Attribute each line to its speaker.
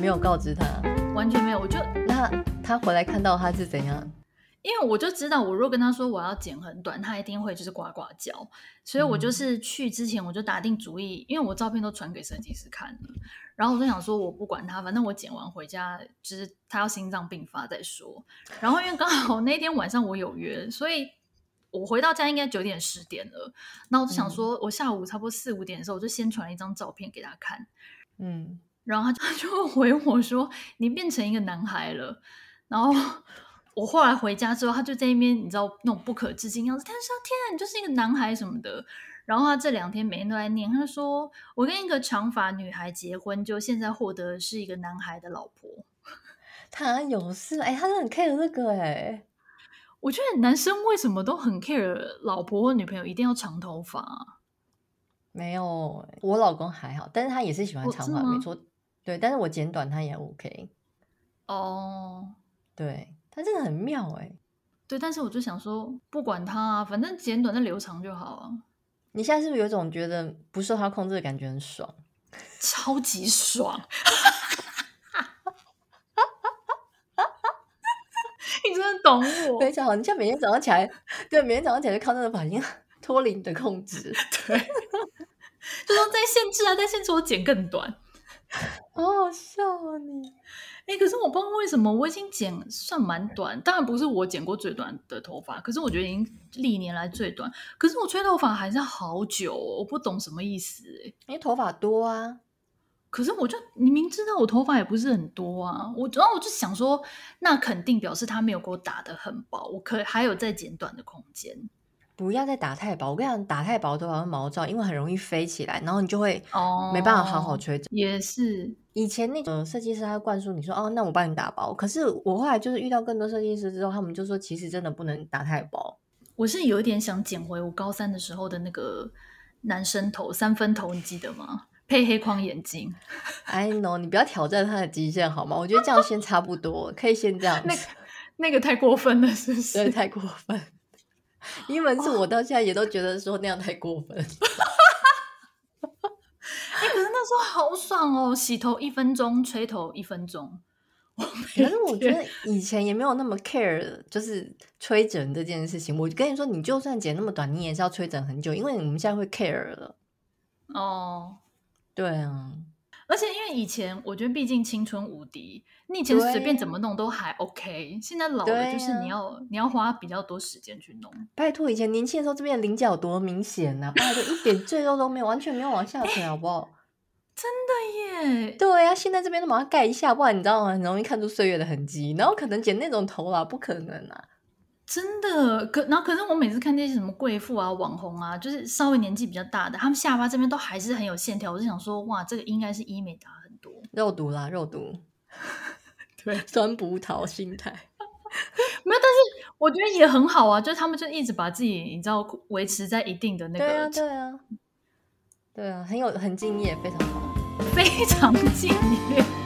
Speaker 1: 没有告知他，
Speaker 2: 完全没有，我就
Speaker 1: 那他回来看到他是怎样？
Speaker 2: 因为我就知道，我如果跟他说我要剪很短，他一定会就是呱呱叫。所以我就是去之前我就打定主意，因为我照片都传给设计师看了，然后我就想说我不管他，反正我剪完回家就是他要心脏病发再说。然后因为刚好那天晚上我有约，所以我回到家应该九点十点了。那我就想说，我下午差不多四五点的时候，我就先传了一张照片给他看，
Speaker 1: 嗯，
Speaker 2: 然后他就 他就回我说你变成一个男孩了，然后。我后来回家之后，他就在那边，你知道那种不可置信样子。他就说：“天啊，你就是一个男孩什么的。”然后他这两天每天都在念，他就说：“我跟一个长发女孩结婚，就现在获得的是一个男孩的老婆。
Speaker 1: 他有事哎、他是很 care 这个哎、”
Speaker 2: 我觉得男生为什么都很 care 老婆或女朋友一定要长头发啊、
Speaker 1: 没有，我老公还好，但是他也是喜欢
Speaker 2: 哦
Speaker 1: 长
Speaker 2: 真的
Speaker 1: 发，
Speaker 2: 吗
Speaker 1: 没错。对，但是我剪短他也 OK。
Speaker 2: 哦，
Speaker 1: 对，他真的很妙哎、
Speaker 2: 对，但是我就想说，不管他啊，反正剪短再留长就好啊，
Speaker 1: 你现在是不是有一种觉得不受他控制的感觉很爽？
Speaker 2: 超级爽。 你真的懂我，
Speaker 1: 非常好，你现在每天早上起来，对，每天早上起来就靠那个反应 脱离你的控制。
Speaker 2: 就说在限制啊，在限制我剪更短。
Speaker 1: 好好笑啊你！
Speaker 2: 哎、可是我不知道为什么，我已经剪算蛮短，当然不是我剪过最短的头发，可是我觉得已经历年来最短。可是我吹头发还是好久、哦，我不懂什么意思哎、
Speaker 1: 因为头发多啊，
Speaker 2: 可是我就你明知道我头发也不是很多啊，我然后我就想说，那肯定表示他没有给我打得很薄，我可还有再剪短的空间
Speaker 1: 不要再打太薄。我跟你讲，打太薄头发会毛躁，因为很容易飞起来，然后你就会
Speaker 2: 哦，
Speaker 1: 没办法好好，吹。
Speaker 2: 也是
Speaker 1: 以前那种呃设计师他会灌输你说哦，那我帮你打薄。可是我后来就是遇到更多设计师之后，他们就说其实真的不能打太薄。
Speaker 2: 我是有一点想捡回我高三的时候的那个男生头三分头，你记得吗？配黑框眼镜，
Speaker 1: I know，你不要挑战他的极限好吗？我觉得这样先差不多，可以先这样子。
Speaker 2: 那那个太过分了，是不哎是？
Speaker 1: 真的太过分。英文是我到现在也都觉得说那样太过分。
Speaker 2: 哎可是那时候好爽哦，洗头一分钟，吹头一分钟。
Speaker 1: 可是我觉得以前也没有那么 care，就是吹整这件事情。我跟你说，你就算剪那么短，你也是要吹整很久，因为我们现在会 care 了。
Speaker 2: 哦，
Speaker 1: 对啊，
Speaker 2: 而且因为以前我觉得，毕竟青春无敌，你以前
Speaker 1: 对
Speaker 2: 随便怎么弄都还 OK，现在老
Speaker 1: 对啊
Speaker 2: 了就是你
Speaker 1: 呀
Speaker 2: 要、你要花比较多时间去弄。
Speaker 1: 拜托，以前年轻的时候这边的棱角有多明显呐、拜托一点赘肉都没有，完全没有往下垂，好不好？
Speaker 2: 对耶，
Speaker 1: 对啊，现在这边都马上盖一下，不然你知道吗？很容易看出岁月的痕迹。然后可能剪那种头啦，不可能啊。
Speaker 2: 真的，可然后可是我每次看那些什么贵妇啊、网红啊，就是稍微年纪比较大的，他们下巴这边都还是很有线条，我就想说，哇，这个应该是医美打很多。
Speaker 1: 肉毒啦，肉毒，
Speaker 2: 对，
Speaker 1: 酸葡萄心态。
Speaker 2: 没有，但是我觉得也很好啊，就是他们就一直把自己，你知道，维持在一定 的那
Speaker 1: 对啊，
Speaker 2: 个，
Speaker 1: 对 啊，对啊，很有很敬业，非常好。
Speaker 2: 非常敬业。啊